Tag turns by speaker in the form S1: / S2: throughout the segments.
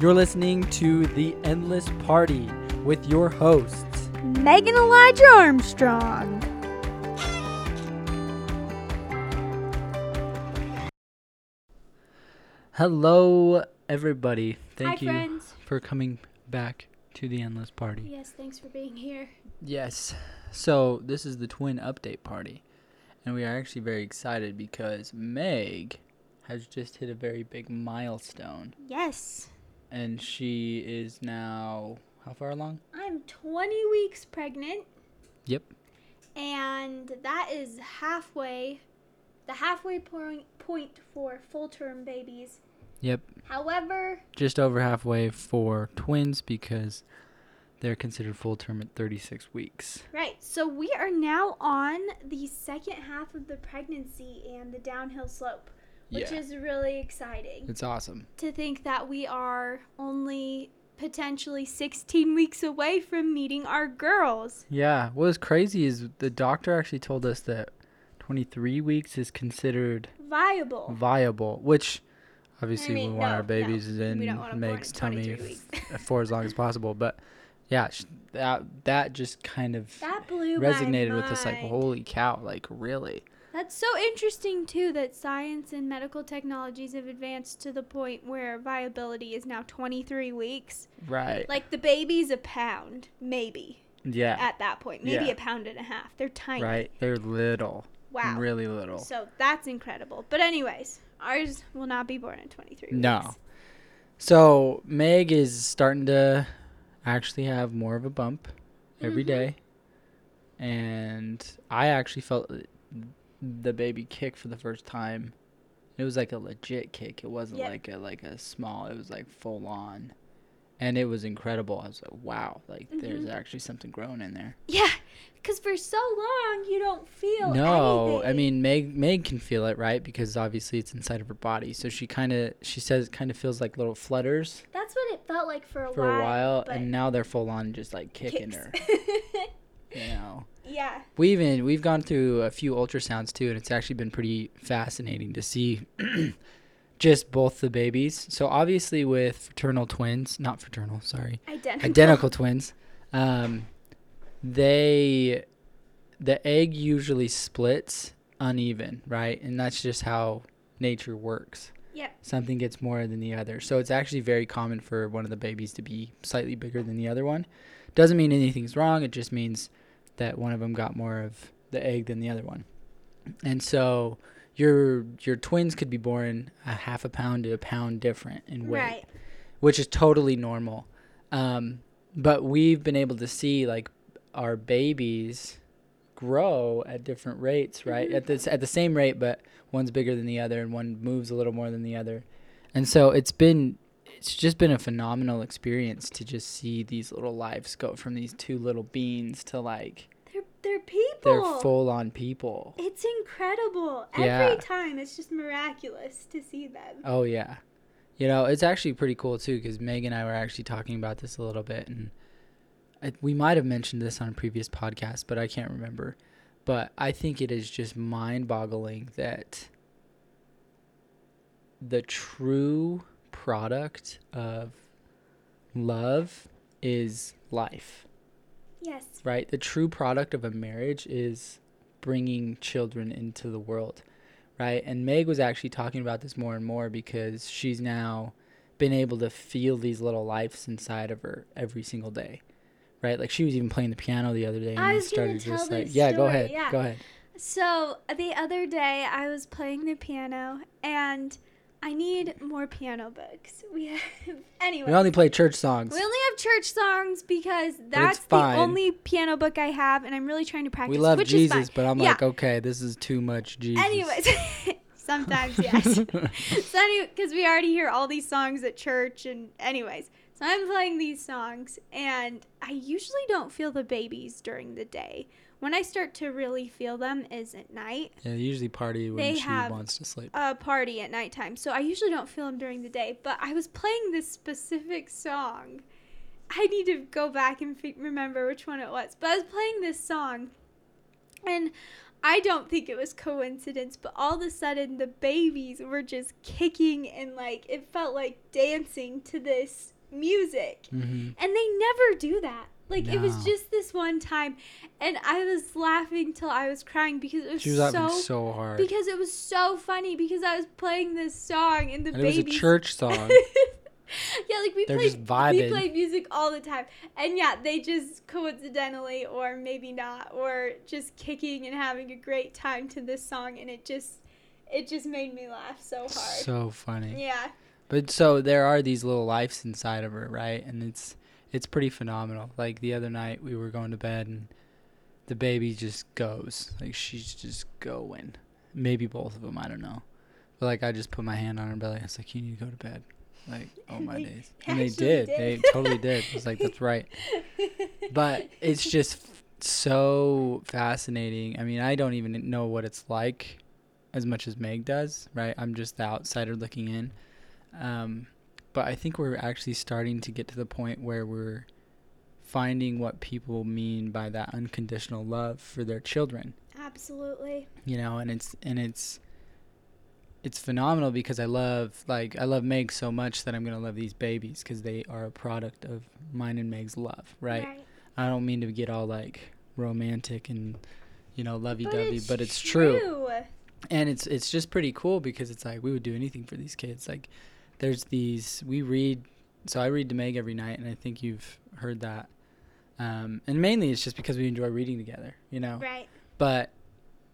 S1: You're listening to The Endless Party with your hosts.
S2: Megan Elijah Armstrong.
S1: Hello, everybody. Thank
S2: Hi,
S1: you
S2: friends.
S1: for coming back to The Endless Party.
S2: Yes, thanks for being here.
S1: Yes. So this is the twin update party, and we are actually very excited because Meg has just hit a very big milestone,
S2: Yes,
S1: and she is now how far along?
S2: I'm 20 weeks pregnant,
S1: Yep.
S2: and that is halfway, the halfway point point for full term babies.
S1: Yep.
S2: However,
S1: Just over halfway for twins because they're considered full term at 36 weeks.
S2: right, so we are now on the second half of the pregnancy and the downhill slope, which
S1: yeah.
S2: is really exciting.
S1: it's awesome.
S2: to think that we are only potentially 16 weeks away from meeting our girls.
S1: Yeah. What was crazy is the doctor actually told us that 23 weeks is considered
S2: Viable.
S1: viable, which obviously
S2: mean,
S1: we want
S2: no,
S1: our babies
S2: We don't want
S1: in
S2: them born
S1: Meg's
S2: at
S1: tummy
S2: 23
S1: f- for as long as possible. But yeah, sh- that that just kind of
S2: That blew
S1: resonated
S2: my
S1: with us. Like,
S2: mind.
S1: holy cow! Like, really?
S2: That's so interesting too that science and medical technologies have advanced to the point where viability is now 23 weeks.
S1: Right?
S2: Like the baby's a pound, maybe
S1: yeah.
S2: at that point, maybe
S1: Yeah.
S2: a pound and a half. They're tiny.
S1: Right? They're little.
S2: Wow.
S1: Really little.
S2: So that's incredible. But anyways, ours will not be born at 23
S1: No.
S2: weeks.
S1: So Meg is starting to actually have more of a bump every
S2: Mhm.
S1: day, and I actually felt it- the baby kick for the first time. It was like a legit kick. It wasn't
S2: Yep.
S1: like a like a small. It was like full on, and it was incredible. I was like, wow, like there's actually something growing in there.
S2: Yeah, because for so long you don't feel
S1: no,
S2: anything.
S1: I mean Meg Meg can feel it right because obviously it's inside of her body. So she kind of she says it kind of feels like little flutters.
S2: that's what it felt like for a
S1: for
S2: while.
S1: a while,
S2: but
S1: and now they're full on just like kicking
S2: kicks.
S1: her. You know,
S2: yeah,
S1: we even we've gone through a few ultrasounds too, and it's actually been pretty fascinating to see just both the babies. So obviously, with fraternal twins, not fraternal, sorry,
S2: identical.
S1: identical twins, um, they the egg usually splits uneven, right? And that's just how nature works.
S2: Yep.
S1: Something gets more than the other. So it's actually very common for one of the babies to be slightly bigger than the other one. Doesn't mean anything's wrong. It just means that one of them got more of the egg than the other one. And so your your twins could be born a half a pound to a pound different in weight
S2: Right.
S1: which is totally normal. Um, but we've been able to see like our babies grow at different rates, right? At this at the same rate, but one's bigger than the other, and one moves a little more than the other. And so it's been it's just been a phenomenal experience to just see these little lives go from these two little beans to like
S2: They're they're people.
S1: they're full on people.
S2: It's incredible.
S1: Yeah.
S2: Every time it's just miraculous to see them.
S1: Oh yeah, you know it's actually pretty cool too because Meg and I were actually talking about this a little bit, and I, we might have mentioned this on a previous podcast, but I can't remember. But I think it is just mind-boggling that the true product of love is life,
S2: Yes.
S1: right? The true product of a marriage is bringing children into the world, right? And Meg was actually talking about this more and more because she's now been able to feel these little lives inside of her every single day, right? Like she was even playing the piano the other day and
S2: I
S1: it
S2: was gonna
S1: started
S2: tell
S1: just
S2: this
S1: like, yeah, go
S2: story,
S1: ahead,
S2: yeah.
S1: go ahead.
S2: So the other day I was playing the piano and I need more piano books. We have anyway.
S1: We only play church songs.
S2: We only have church songs because that's the
S1: fine.
S2: only piano book I have, and I'm really trying to practice.
S1: we love
S2: which
S1: Jesus,
S2: is fine.
S1: but I'm
S2: Yeah.
S1: like, okay, this is too much Jesus.
S2: Anyways, sometimes yes. so anyway, because we already hear all these songs at church, and anyways, so I'm playing these songs, and I usually don't feel the babies during the day. When I start to really feel them is at night,
S1: yeah, they usually party when
S2: They
S1: she
S2: have-
S1: wants to sleep.
S2: a party at nighttime, so I usually don't feel them during the day. But I was playing this specific song. I need to go back and fi- remember which one it was. But I was playing this song, and I don't think it was coincidence, but all of a sudden the babies were just kicking and like it felt like dancing to this music.
S1: Mhm.
S2: And they never do that. Like it was
S1: No.
S2: just this one time and I was laughing till I was crying because it was,
S1: She was
S2: so,
S1: laughing so hard.
S2: because it was so funny because I was playing this song and the
S1: and it was a
S2: babies
S1: church song.
S2: yeah, like we
S1: They're
S2: play
S1: just vibing.
S2: we play music all the time, and yeah, they just coincidentally or maybe not, or just kicking and having a great time to this song, and it just it just made me laugh so hard.
S1: so funny.
S2: yeah,
S1: But so there are these little lives inside of her, right? And it's it's pretty phenomenal. Like the other night we were going to bed and the baby just goes. Like she's just going. Maybe both of them, I don't know. But like I just put my hand on her belly. I was like, "You need to go to bed." Like, oh
S2: And
S1: my
S2: they
S1: days. And they
S2: actually
S1: did.
S2: did.
S1: They totally did. I was like, "That's right." But it's just f- so fascinating. I mean, I don't even know what it's like as much as Meg does, right? I'm just the outsider looking in. Um, but I think we're actually starting to get to the point where we're finding what people mean by that unconditional love for their children,
S2: absolutely.
S1: you know, and it's and it's it's phenomenal because I love like I love Meg so much that I'm going to love these babies cuz they are a product of mine and Meg's love, right? I don't mean to get all like romantic and you know lovey-dovey, but it's, true. And it's it's just pretty cool because it's like we would do anything for these kids. Like there's these we read so I read to Meg every night and I think you've heard that. Um, and mainly it's just because we enjoy reading together, you know
S2: Right.
S1: but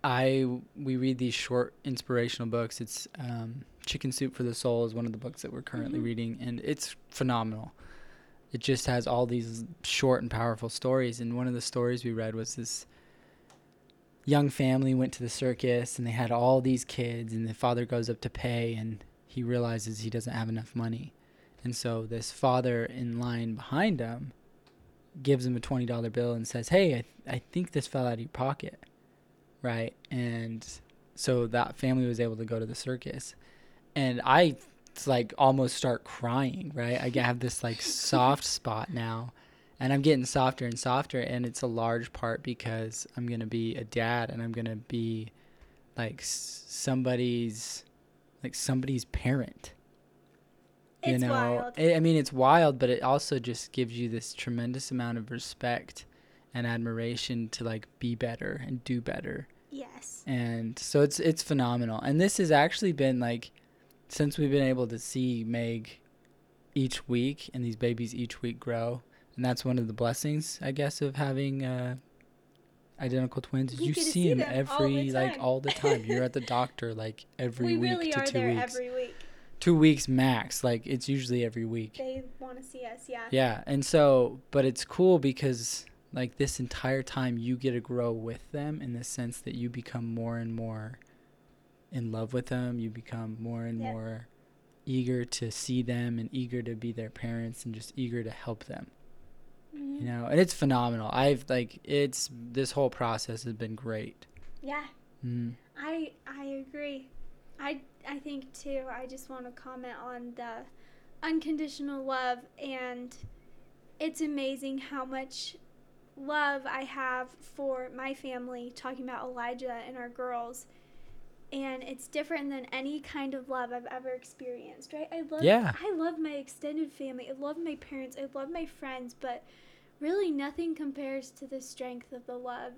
S1: I we read these short inspirational books. It's um, Chicken Soup for the Soul is one of the books that we're currently
S2: Mhm.
S1: reading, and it's phenomenal. It just has all these short and powerful stories. And one of the stories we read was this young family went to the circus, and they had all these kids, and the father goes up to pay, and he realizes he doesn't have enough money, and so this father in line behind him gives him a twenty dollar bill and says, "Hey, I, th- I think this fell out of your pocket," right? And so that family was able to go to the circus, and I it's like almost start crying, right? I have this like soft spot now, and I'm getting softer and softer, and it's a large part because I'm gonna be a dad and I'm gonna be like s- somebody's like somebody's parent
S2: It's
S1: you know
S2: wild.
S1: I- i mean it's wild but it also just gives you this tremendous amount of respect and admiration to like be better and do better
S2: yes.
S1: and so it's it's phenomenal and this has actually been like since we've been able to see meg each week and these babies each week grow and that's one of the blessings i guess of having uh identical twins is
S2: You
S1: you
S2: get to
S1: see
S2: see
S1: them
S2: them all
S1: every
S2: the
S1: like
S2: time.
S1: all the time you're at the doctor like every
S2: we
S1: week
S2: really
S1: to
S2: are
S1: two
S2: there
S1: weeks
S2: every week.
S1: two weeks max like it's usually every week
S2: They want to see us. Yeah.
S1: yeah, and so, but it's cool because like this entire time you get to grow with them in the sense that you become more and more in love with them. You become more and
S2: Yep.
S1: more eager to see them and eager to be their parents and just eager to help them.
S2: Mhm.
S1: You know, and it's phenomenal. I've like it's this whole process has been great.
S2: Yeah.
S1: Mm.
S2: I I agree. I I think too. I just want to comment on the unconditional love and it's amazing how much love I have for my family talking about Elijah and our girls. And it's different than any kind of love I've ever experienced, right? I love
S1: Yeah.
S2: I love my extended family. I love my parents. I love my friends, but really nothing compares to the strength of the love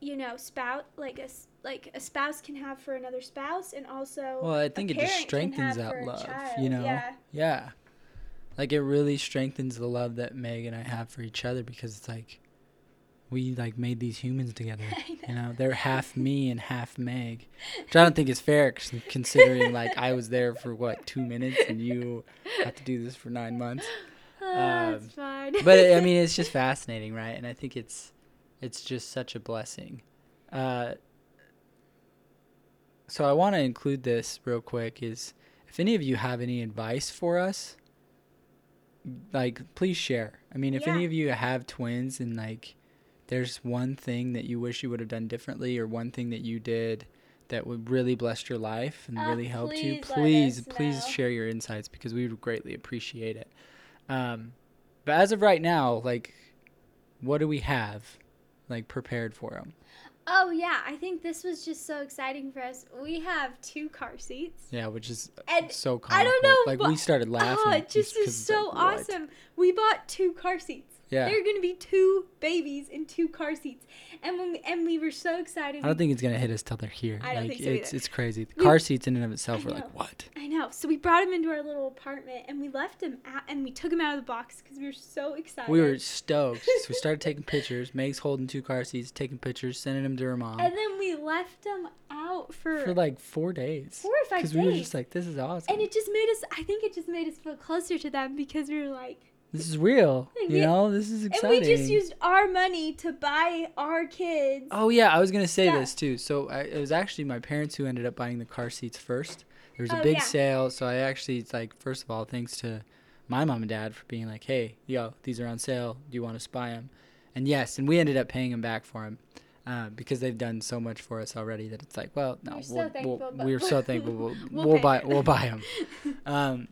S2: you know spout like a s- like a spouse can have for another spouse and also
S1: Well, I think
S2: a
S1: it just
S2: parent can
S1: strengthens
S2: have
S1: that
S2: for a
S1: love, you
S2: child,
S1: know.
S2: yeah.
S1: Yeah. Like it really strengthens the love that Meg and I have for each other because it's like we like made these humans together.
S2: I
S1: You know, they're half me and half Meg, which I don't think is fair c- considering like I was there for what two minutes and you have to do this for nine months.
S2: Ah,
S1: Um,
S2: it's fine.
S1: But I mean, it's just fascinating, right? And I think it's it's just such a blessing. Uh, so I want to include this real quick. Is if any of you have any advice for us, like please share. I mean, if any
S2: Yeah.
S1: of you have twins and like there's one thing that you wish you would have done differently or one thing that you did that would really blessed your life and
S2: Uh,
S1: really helped you,
S2: please let
S1: please
S2: us
S1: please
S2: know.
S1: share your insights because we would greatly appreciate it. Um, but as of right now, like what do we have like prepared for them?
S2: Oh yeah, I think this was just so exciting for us. We have two car seats.
S1: Yeah, which is
S2: And
S1: so comical.
S2: I don't know,
S1: Like
S2: but-
S1: we started laughing.
S2: Oh, it just
S1: 'cause
S2: is
S1: it's
S2: so
S1: like, what?
S2: awesome. We bought two car seats.
S1: Yeah.
S2: There are gonna be two babies in two car seats, and when we, and we were so excited.
S1: I don't think it's gonna hit us till they're here.
S2: I don't
S1: like
S2: think so
S1: it's
S2: either.
S1: it's crazy. The
S2: We-
S1: car seats in and of itself
S2: I
S1: were
S2: know.
S1: like what?
S2: I know. So we brought him into our little apartment, and we left him out, and we took him out of the box because we were so excited.
S1: We were stoked. so we started taking pictures. Meg's holding two car seats, taking pictures, sending them to her mom
S2: And then we left him out for,
S1: um, for like four days.
S2: four or five days.
S1: we were just like, this is awesome.
S2: and it just made us. I think it just made us feel closer to them because we were like,
S1: this is real.
S2: And
S1: You
S2: we-
S1: know, this is
S2: and
S1: exciting.
S2: we just used our money to buy our kids.
S1: Oh yeah, I was gonna say
S2: Yeah.
S1: this too. So I, it was actually my parents who ended up buying the car seats first. There was a
S2: Oh,
S1: big
S2: yeah.
S1: sale, so I actually it's like first of all, thanks to my mom and dad for being like, "Hey, yo, these are on sale. Do you want us to buy them?" And yes, and we ended up paying them back for them uh, because they've done so much for us already that it's like, well, no,
S2: We're so
S1: we'll,
S2: thankful,
S1: we'll,
S2: but
S1: we're so thankful. We'll,
S2: we'll
S1: we'll,
S2: pay
S1: buy
S2: them.
S1: we'll buy them. um,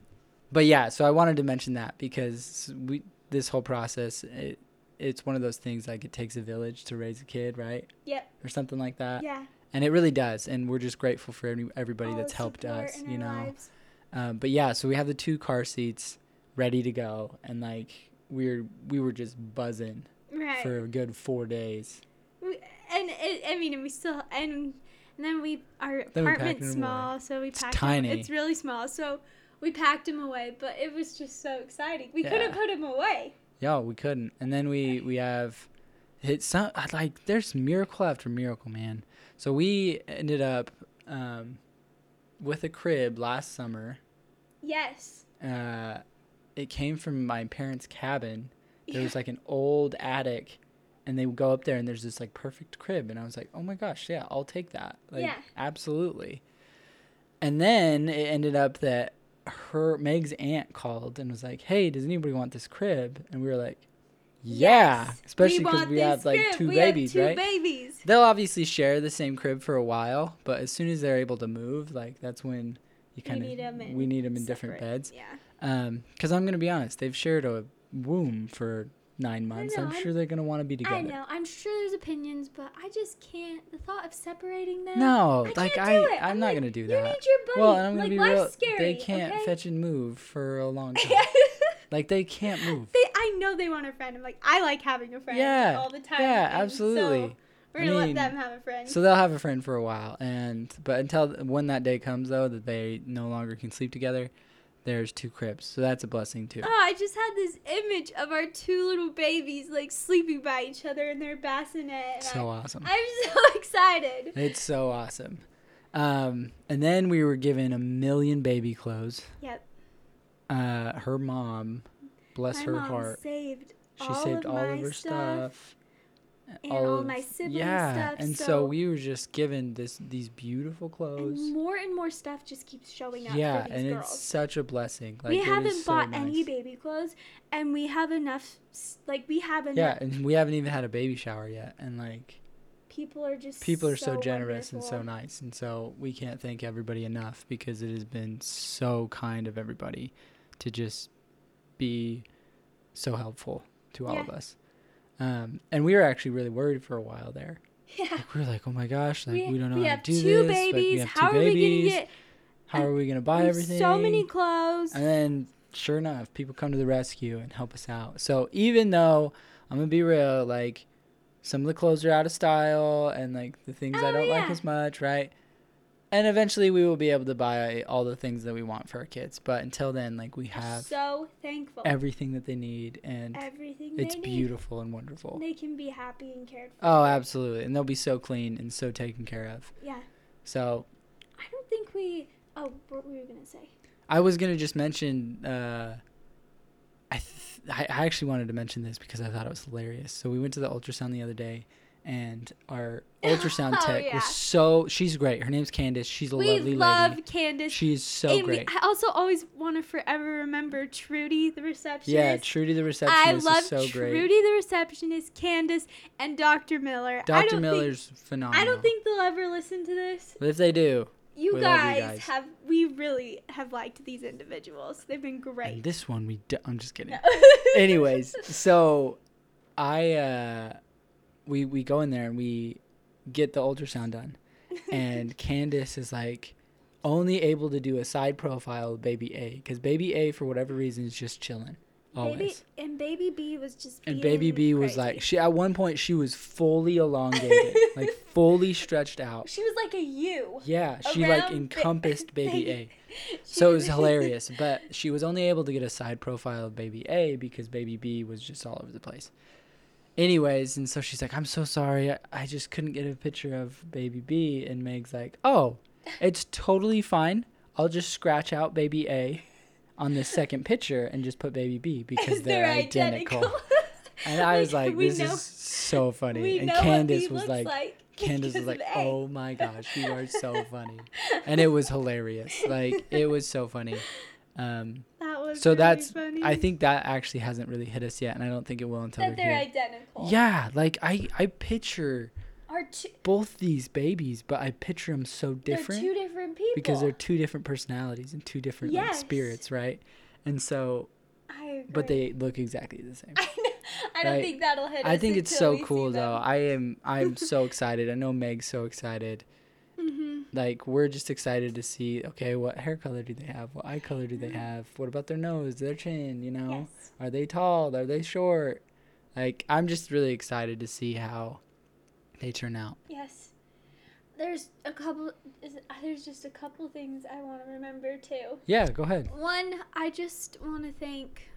S1: but yeah, so I wanted to mention that because we this whole process it, it's one of those things like it takes a village to raise a kid, right?
S2: Yep.
S1: or something like that.
S2: Yeah.
S1: And it really does. And we're just grateful for any, everybody
S2: all
S1: that's
S2: the
S1: helped
S2: support
S1: us,
S2: in
S1: you
S2: our
S1: know.
S2: lives.
S1: Um, but yeah, so we have the two car seats ready to go, and like we're we were just buzzing
S2: Right.
S1: for a good four days.
S2: We, and it, I mean, and we still and, and then we our
S1: Then we packed
S2: apartment's
S1: them away.
S2: small, so we
S1: It's
S2: packed.
S1: tiny.
S2: Him, it's really small, so we packed him away. But it was just so exciting. We couldn't
S1: Yeah.
S2: put him away.
S1: Yeah, we couldn't. And then we we have hit some I- like there's miracle after miracle, man. So we ended up um, with a crib last summer.
S2: Yes.
S1: Uh, it came from my parents' cabin. there was like an old attic and they would go up there and there's this like perfect crib and i was like oh my gosh yeah i'll take that like
S2: Yeah.
S1: absolutely and then it ended up that her meg's aunt called and was like hey does anybody want this crib and we were like yeah
S2: Yes.
S1: especially because
S2: want
S1: we,
S2: this
S1: have like
S2: crib.
S1: two
S2: We have
S1: babies
S2: two
S1: right
S2: babies.
S1: they'll obviously share the same crib for a while but as soon as they're able to move like that's when you kind
S2: need 'em
S1: of
S2: in
S1: we need them in different
S2: separate.
S1: beds
S2: Yeah.
S1: because Um, I'm gonna be honest, they've shared a womb for nine months. I'm
S2: know, I'm-
S1: sure they're gonna want to be together.
S2: I know. I'm sure there's opinions, but I just can't. The thought of separating them.
S1: No,
S2: I
S1: like
S2: can't
S1: I,
S2: do it.
S1: I'm, not
S2: like,
S1: gonna do
S2: You
S1: that.
S2: need your buddy.
S1: Well, and I'm gonna
S2: like,
S1: be
S2: life's
S1: real.
S2: Scary,
S1: they can't
S2: okay?
S1: fetch and move for a long time.
S2: they,
S1: like they can't move.
S2: I know they want a friend. I'm like, I like having a friend
S1: Yeah,
S2: all the time.
S1: yeah,
S2: and
S1: absolutely.
S2: So we're gonna
S1: mean,
S2: let them have a friend.
S1: So they'll have a friend for a while, and but until when that day comes though that they no longer can sleep together, there's two cribs. So that's a blessing too.
S2: Oh, I just had this image of our two little babies like sleeping by each other in their bassinet. And
S1: so awesome.
S2: I, I'm so excited.
S1: It's so awesome. Um, and then we were given a million baby clothes.
S2: Yep.
S1: Uh, her mom, bless
S2: My
S1: her
S2: mom
S1: heart,
S2: saved
S1: she
S2: all
S1: saved
S2: of
S1: all
S2: my
S1: of her
S2: stuff,
S1: stuff.
S2: and all, my sibling
S1: yeah,
S2: stuff.
S1: and so, we were just given this these beautiful
S2: and
S1: clothes.
S2: more and more stuff just keeps showing up
S1: Yeah,
S2: for these
S1: and
S2: girls.
S1: it's such a blessing. Like
S2: we
S1: it is
S2: haven't
S1: so
S2: bought any
S1: nice.
S2: baby clothes, and we have enough. s- Like we have enough.
S1: Yeah, and we haven't even had a baby shower yet, and like
S2: People are just
S1: people are so, generous
S2: wonderful.
S1: and so nice, and so we can't thank everybody enough because it has been so kind of everybody to just be so helpful to all
S2: Yeah.
S1: of us. Um, and we were actually really worried for a while there.
S2: Yeah.
S1: Like, we were like, oh my gosh, like we, don't know
S2: we
S1: how
S2: have
S1: to do this.
S2: two
S1: like,
S2: babies.
S1: we have
S2: How
S1: two
S2: are
S1: babies.
S2: we gonna get
S1: How are we gonna buy
S2: There's
S1: everything?
S2: So many clothes.
S1: And then, sure enough, people come to the rescue and help us out. So even though I'm gonna be real, like some of the clothes are out of style, and like the things
S2: Oh,
S1: I don't like
S2: yeah.
S1: as much, right? And eventually, we will be able to buy all the things that we want for our kids. But until then, like we have
S2: so thankful.
S1: everything that they need, and
S2: Everything
S1: it's
S2: they need.
S1: beautiful and wonderful.
S2: They can be happy and cared for.
S1: Oh, absolutely, and they'll be so clean and so taken care of.
S2: Yeah.
S1: So
S2: I don't think we. Oh, what were you gonna say?
S1: I was gonna just mention. Uh, I, th- I I actually wanted to mention this because I thought it was hilarious. So we went to the ultrasound the other day, and our ultrasound
S2: Oh,
S1: tech
S2: yeah.
S1: was so she's great. Her name's Candace. She's a
S2: we
S1: lovely
S2: love
S1: lady.
S2: Candace.
S1: She's so
S2: and
S1: great.
S2: we I also always want to forever remember Trudy, the receptionist.
S1: yeah, Trudy the
S2: I
S1: receptionist
S2: love
S1: is so
S2: Trudy,
S1: great.
S2: the receptionist, Candace, and Dr. Miller. I
S1: Doctor
S2: don't
S1: Miller's
S2: Think,
S1: phenomenal.
S2: I don't think they'll ever listen to this.
S1: But if they do,
S2: You
S1: We love you
S2: guys,
S1: guys.
S2: have we really have liked these individuals. They've been
S1: and
S2: great.
S1: this one we. Do- I'm just kidding.
S2: No.
S1: anyways so i uh we we go in there and we get the ultrasound done. And Candace is like only able to do a side profile of baby A because baby A, for whatever reason, is just chilling always.
S2: Baby and baby B was just
S1: and baby B
S2: being
S1: was
S2: crazy.
S1: like, she at one point she was fully elongated, like fully stretched out.
S2: she was like a U.
S1: Yeah, she like
S2: Around ba-
S1: encompassed baby A.
S2: She
S1: So it was hilarious, but she was only able to get a side profile of baby A because baby B was just all over the place. Anyways, and so she's like, I'm so sorry. I, I just couldn't get a picture of baby B. And Meg's like, Oh, it's totally fine. I'll just scratch out baby A on the second picture and just put baby B because they're, identical. And I was like,
S2: we
S1: This
S2: know,
S1: is so funny.
S2: we
S1: And
S2: know what
S1: Candace
S2: B
S1: was
S2: looks
S1: like, Candace
S2: because
S1: was like,
S2: of A.
S1: "Oh my gosh, you are so funny," and it was hilarious. Like it was so funny. Um,
S2: That was
S1: so
S2: really
S1: that's
S2: funny.
S1: I think that actually hasn't really hit us yet, and I don't think it will until
S2: that
S1: they're
S2: they're
S1: here.
S2: identical.
S1: Yeah, like I I picture
S2: are two,
S1: both these babies, but I picture them so different
S2: They're two different people.
S1: because they're two different personalities and two different like,
S2: Yes.
S1: spirits, right? And so,
S2: I agree.
S1: but they look exactly the same.
S2: I, know, I don't
S1: Right.
S2: think that'll hit.
S1: I
S2: us
S1: think it's
S2: until
S1: so
S2: we see
S1: cool though.
S2: them.
S1: I am I'm so excited. I know Meg's so excited.
S2: Mm-hmm.
S1: Like we're just excited to see. Okay, what hair color do they have? What eye color do they have? What about their nose? Their chin? You know,
S2: Mm-hmm. Yes.
S1: are they tall? Are they short? Like I'm just really excited to see how they turn out.
S2: Yes. There's a couple. Is, there's just a couple things I want to remember too.
S1: Yeah, go ahead.
S2: One, I just want to thank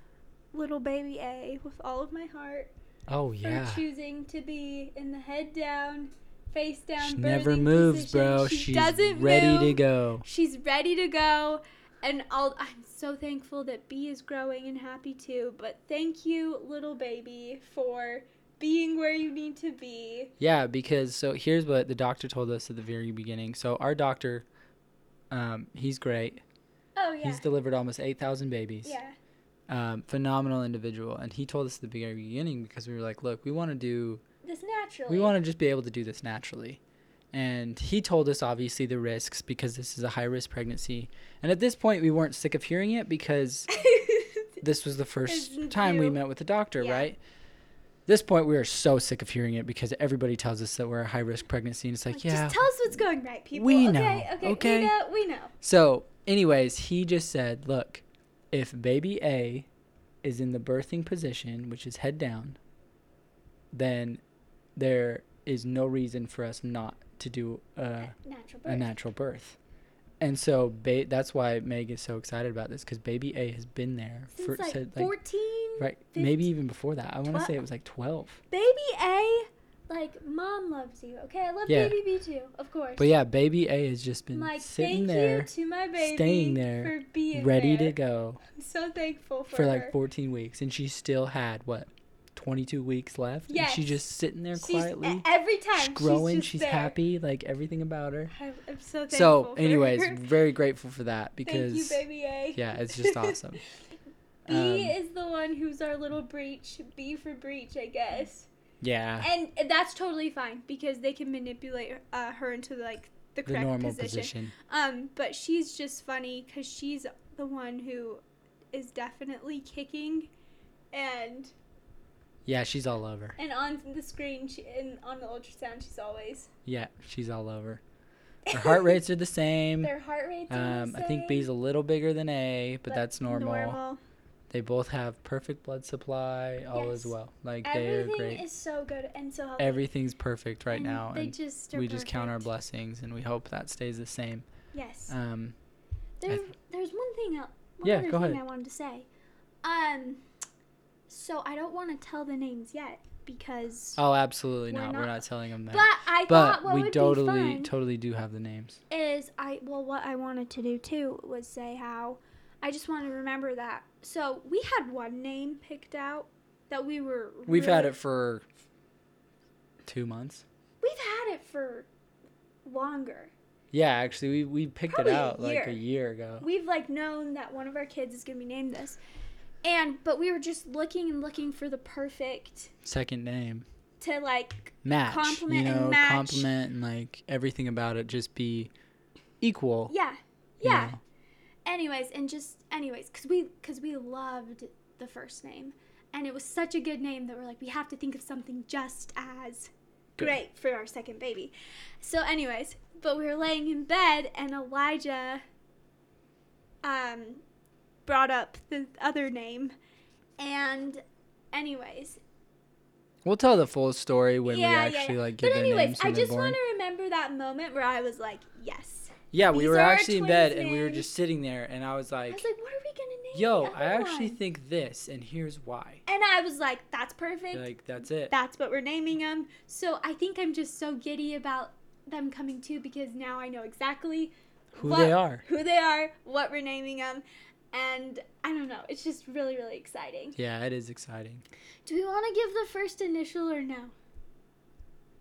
S2: little baby A with all of my heart
S1: Oh
S2: for
S1: yeah,
S2: choosing to be in the head down, face down.
S1: she never
S2: birthing
S1: moves,
S2: position.
S1: bro.
S2: She
S1: She's
S2: doesn't
S1: ready to
S2: move.
S1: go.
S2: She's ready to go. And I'll, I'm so thankful that B is growing and happy too. But thank you, little baby, for being where you need to be.
S1: Yeah, because so here's what the doctor told us at the very beginning. So our doctor, um, he's great.
S2: Oh, yeah.
S1: He's delivered almost 8,000 babies.
S2: yeah.
S1: Um, phenomenal individual. And he told us at the very beginning because we were like, look, we want to do,
S2: This naturally.
S1: we want to just be able to do this naturally. And he told us obviously the risks because this is a high risk pregnancy. And at this point, we weren't sick of hearing it because this was the first
S2: Isn't
S1: time we
S2: you-
S1: met with the doctor,
S2: Yeah.
S1: right? This point, we are so sick of hearing it because everybody tells us that we're a high risk pregnancy. And it's like,
S2: Like,
S1: yeah,
S2: Just tell us what's going right, people.
S1: We
S2: okay,
S1: know,
S2: Okay,
S1: okay?
S2: We know. We know.
S1: So, anyways, he just said, look, if baby A is in the birthing position, which is head down, then there is no reason for us not to do a,
S2: Natural birth.
S1: Uh, a natural birth. And so ba- that's why Meg is so excited about this because baby A has been there
S2: Since
S1: for
S2: like
S1: said,
S2: 14.
S1: right,
S2: 15,
S1: maybe even before that. I want to
S2: twe-
S1: say it was like 12.
S2: Baby A, like, mom loves you. Okay, I love
S1: Yeah.
S2: baby B too, of course.
S1: But yeah, baby A has just been
S2: Like,
S1: sitting
S2: thank
S1: there
S2: you to my baby
S1: staying there,
S2: for being
S1: ready to
S2: there.
S1: go.
S2: I'm so thankful for,
S1: for
S2: her.
S1: like 14 weeks and she still had what 22 weeks left and she's
S2: Yes.
S1: just sitting there
S2: She's-
S1: quietly
S2: e- every time
S1: she's growing she's,
S2: just there.
S1: happy like everything about her
S2: I'm, I'm so thankful.
S1: so
S2: for
S1: anyways
S2: her.
S1: very grateful for that because
S2: thank you, baby A.
S1: yeah it's just awesome Um,
S2: B is the one who's our little breach. B for breach, I guess.
S1: yeah
S2: And that's totally fine because they can manipulate uh, her into like the
S1: the
S2: correct
S1: normal
S2: position.
S1: position.
S2: Um, but she's just funny because she's the one who is definitely kicking, and
S1: yeah she's all over
S2: and on the screen she, and on the ultrasound she's always.
S1: yeah she's all over her heart rates are the same
S2: Their heart rates. are
S1: um,
S2: the
S1: i think
S2: same,
S1: b's a little bigger than a but
S2: but
S1: that's normal. they both have perfect blood supply all is
S2: Yes.
S1: well like they are
S2: Everything
S1: great
S2: is so good and so healthy.
S1: everything's perfect right
S2: And
S1: now
S2: They
S1: and
S2: just are
S1: we just count our
S2: perfect.
S1: blessings and we hope that stays the same.
S2: Yes.
S1: Um,
S2: There,
S1: th-
S2: there's one thing. el- One
S1: Yeah,
S2: other
S1: go
S2: thing
S1: ahead.
S2: I wanted to say. Um, so I don't want to tell the names yet because.
S1: oh, absolutely
S2: We're
S1: not. We're
S2: not-
S1: not telling them that.
S2: but I
S1: But
S2: thought what
S1: we
S2: would
S1: totally,
S2: be fun
S1: totally do have the names.
S2: is I well what I wanted to do too was say how I just want to remember that. So we had one name picked out that we were.
S1: We've had
S2: really-
S1: it for two months.
S2: We've had it for longer.
S1: Yeah, actually, we we picked
S2: Probably
S1: it
S2: a
S1: out like a
S2: year.
S1: year ago.
S2: we've like known that one of our kids is gonna be named this and but we were just looking and looking for the perfect
S1: Second name
S2: to like
S1: match.
S2: Compliment
S1: you
S2: and
S1: know,
S2: match.
S1: compliment and like everything about it just be equal.
S2: yeah
S1: you
S2: yeah
S1: know.
S2: anyways and just anyways because we because we loved the first name and it was such a good name that we're like we have to think of something just as
S1: Good.
S2: great for our second baby. So, anyways, but we were laying in bed, and Elijah um, brought up the other name. And, anyways,
S1: We'll tell the full story when
S2: yeah,
S1: we actually
S2: yeah, yeah.
S1: like give
S2: but
S1: their
S2: anyways,
S1: names
S2: I
S1: when they're
S2: just
S1: born.
S2: want to remember that moment where I was like, yes.
S1: Yeah, we
S2: these
S1: were
S2: are our
S1: actually in bed
S2: twins'
S1: and we were
S2: names.
S1: just sitting there, and I was
S2: I
S1: like,
S2: was like, what are we gonna name?
S1: "Yo,
S2: the
S1: I
S2: other
S1: actually
S2: one?"
S1: think this, and here's why."
S2: And I was like, that's perfect.
S1: Like that's it.
S2: that's what we're naming them. So I think I'm just so giddy about them coming too because now I know exactly
S1: Who
S2: what-
S1: they are.
S2: who they are, what we're naming them, and I don't know. It's just really, really exciting.
S1: Yeah, it is exciting.
S2: Do we want to give the first initial or no?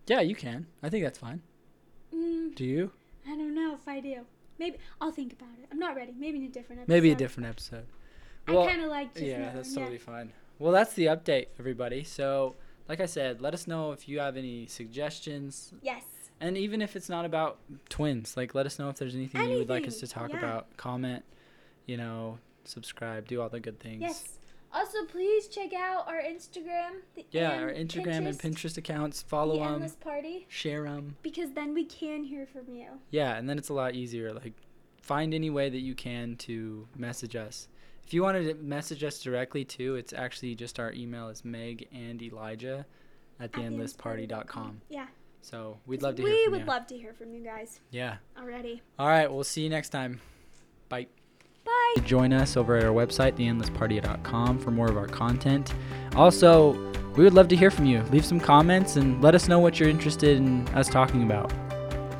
S1: Yeah, you can. I think that's fine.
S2: Mm,
S1: Do you?
S2: I don't know if I do. Maybe I'll think about it. I'm not ready. Maybe in a different episode.
S1: Maybe a different episode.
S2: I kind of like just
S1: yeah,
S2: that
S1: that's
S2: one,
S1: totally fine. Well, that's the update, everybody. So, like I said, let us know if you have any suggestions,
S2: Yes.
S1: and even if it's not about twins, like let us know if there's anything, you would like us to
S2: Anything,
S1: talk
S2: yeah.
S1: about. Comment, you know, subscribe, do all the good things.
S2: Yes. Also, please check out our Instagram. The,
S1: Yeah,
S2: and
S1: our Instagram and Pinterest accounts. Follow um,
S2: The
S1: them,
S2: endless party.
S1: share them.
S2: Because then we can hear from you.
S1: Yeah, and then it's a lot easier. Like, find any way that you can to message us. If you wanted to message us directly too, it's actually just our email is Meg and Elijah at
S2: At
S1: theendlessparty.com.
S2: Yeah.
S1: So we'd love to
S2: we
S1: hear from
S2: would
S1: you.
S2: love to hear from you guys
S1: yeah.
S2: already.
S1: All right. We'll see you next time. Bye.
S2: Bye.
S1: Join us over at our website, theendlessparty.com, for more of our content. Also, we would love to hear from you. Leave some comments and let us know what you're interested in us talking about.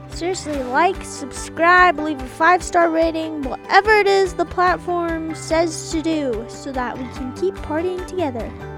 S3: Seriously, like, subscribe, leave a five star rating, whatever it is the platform says to do, so that we can keep partying together.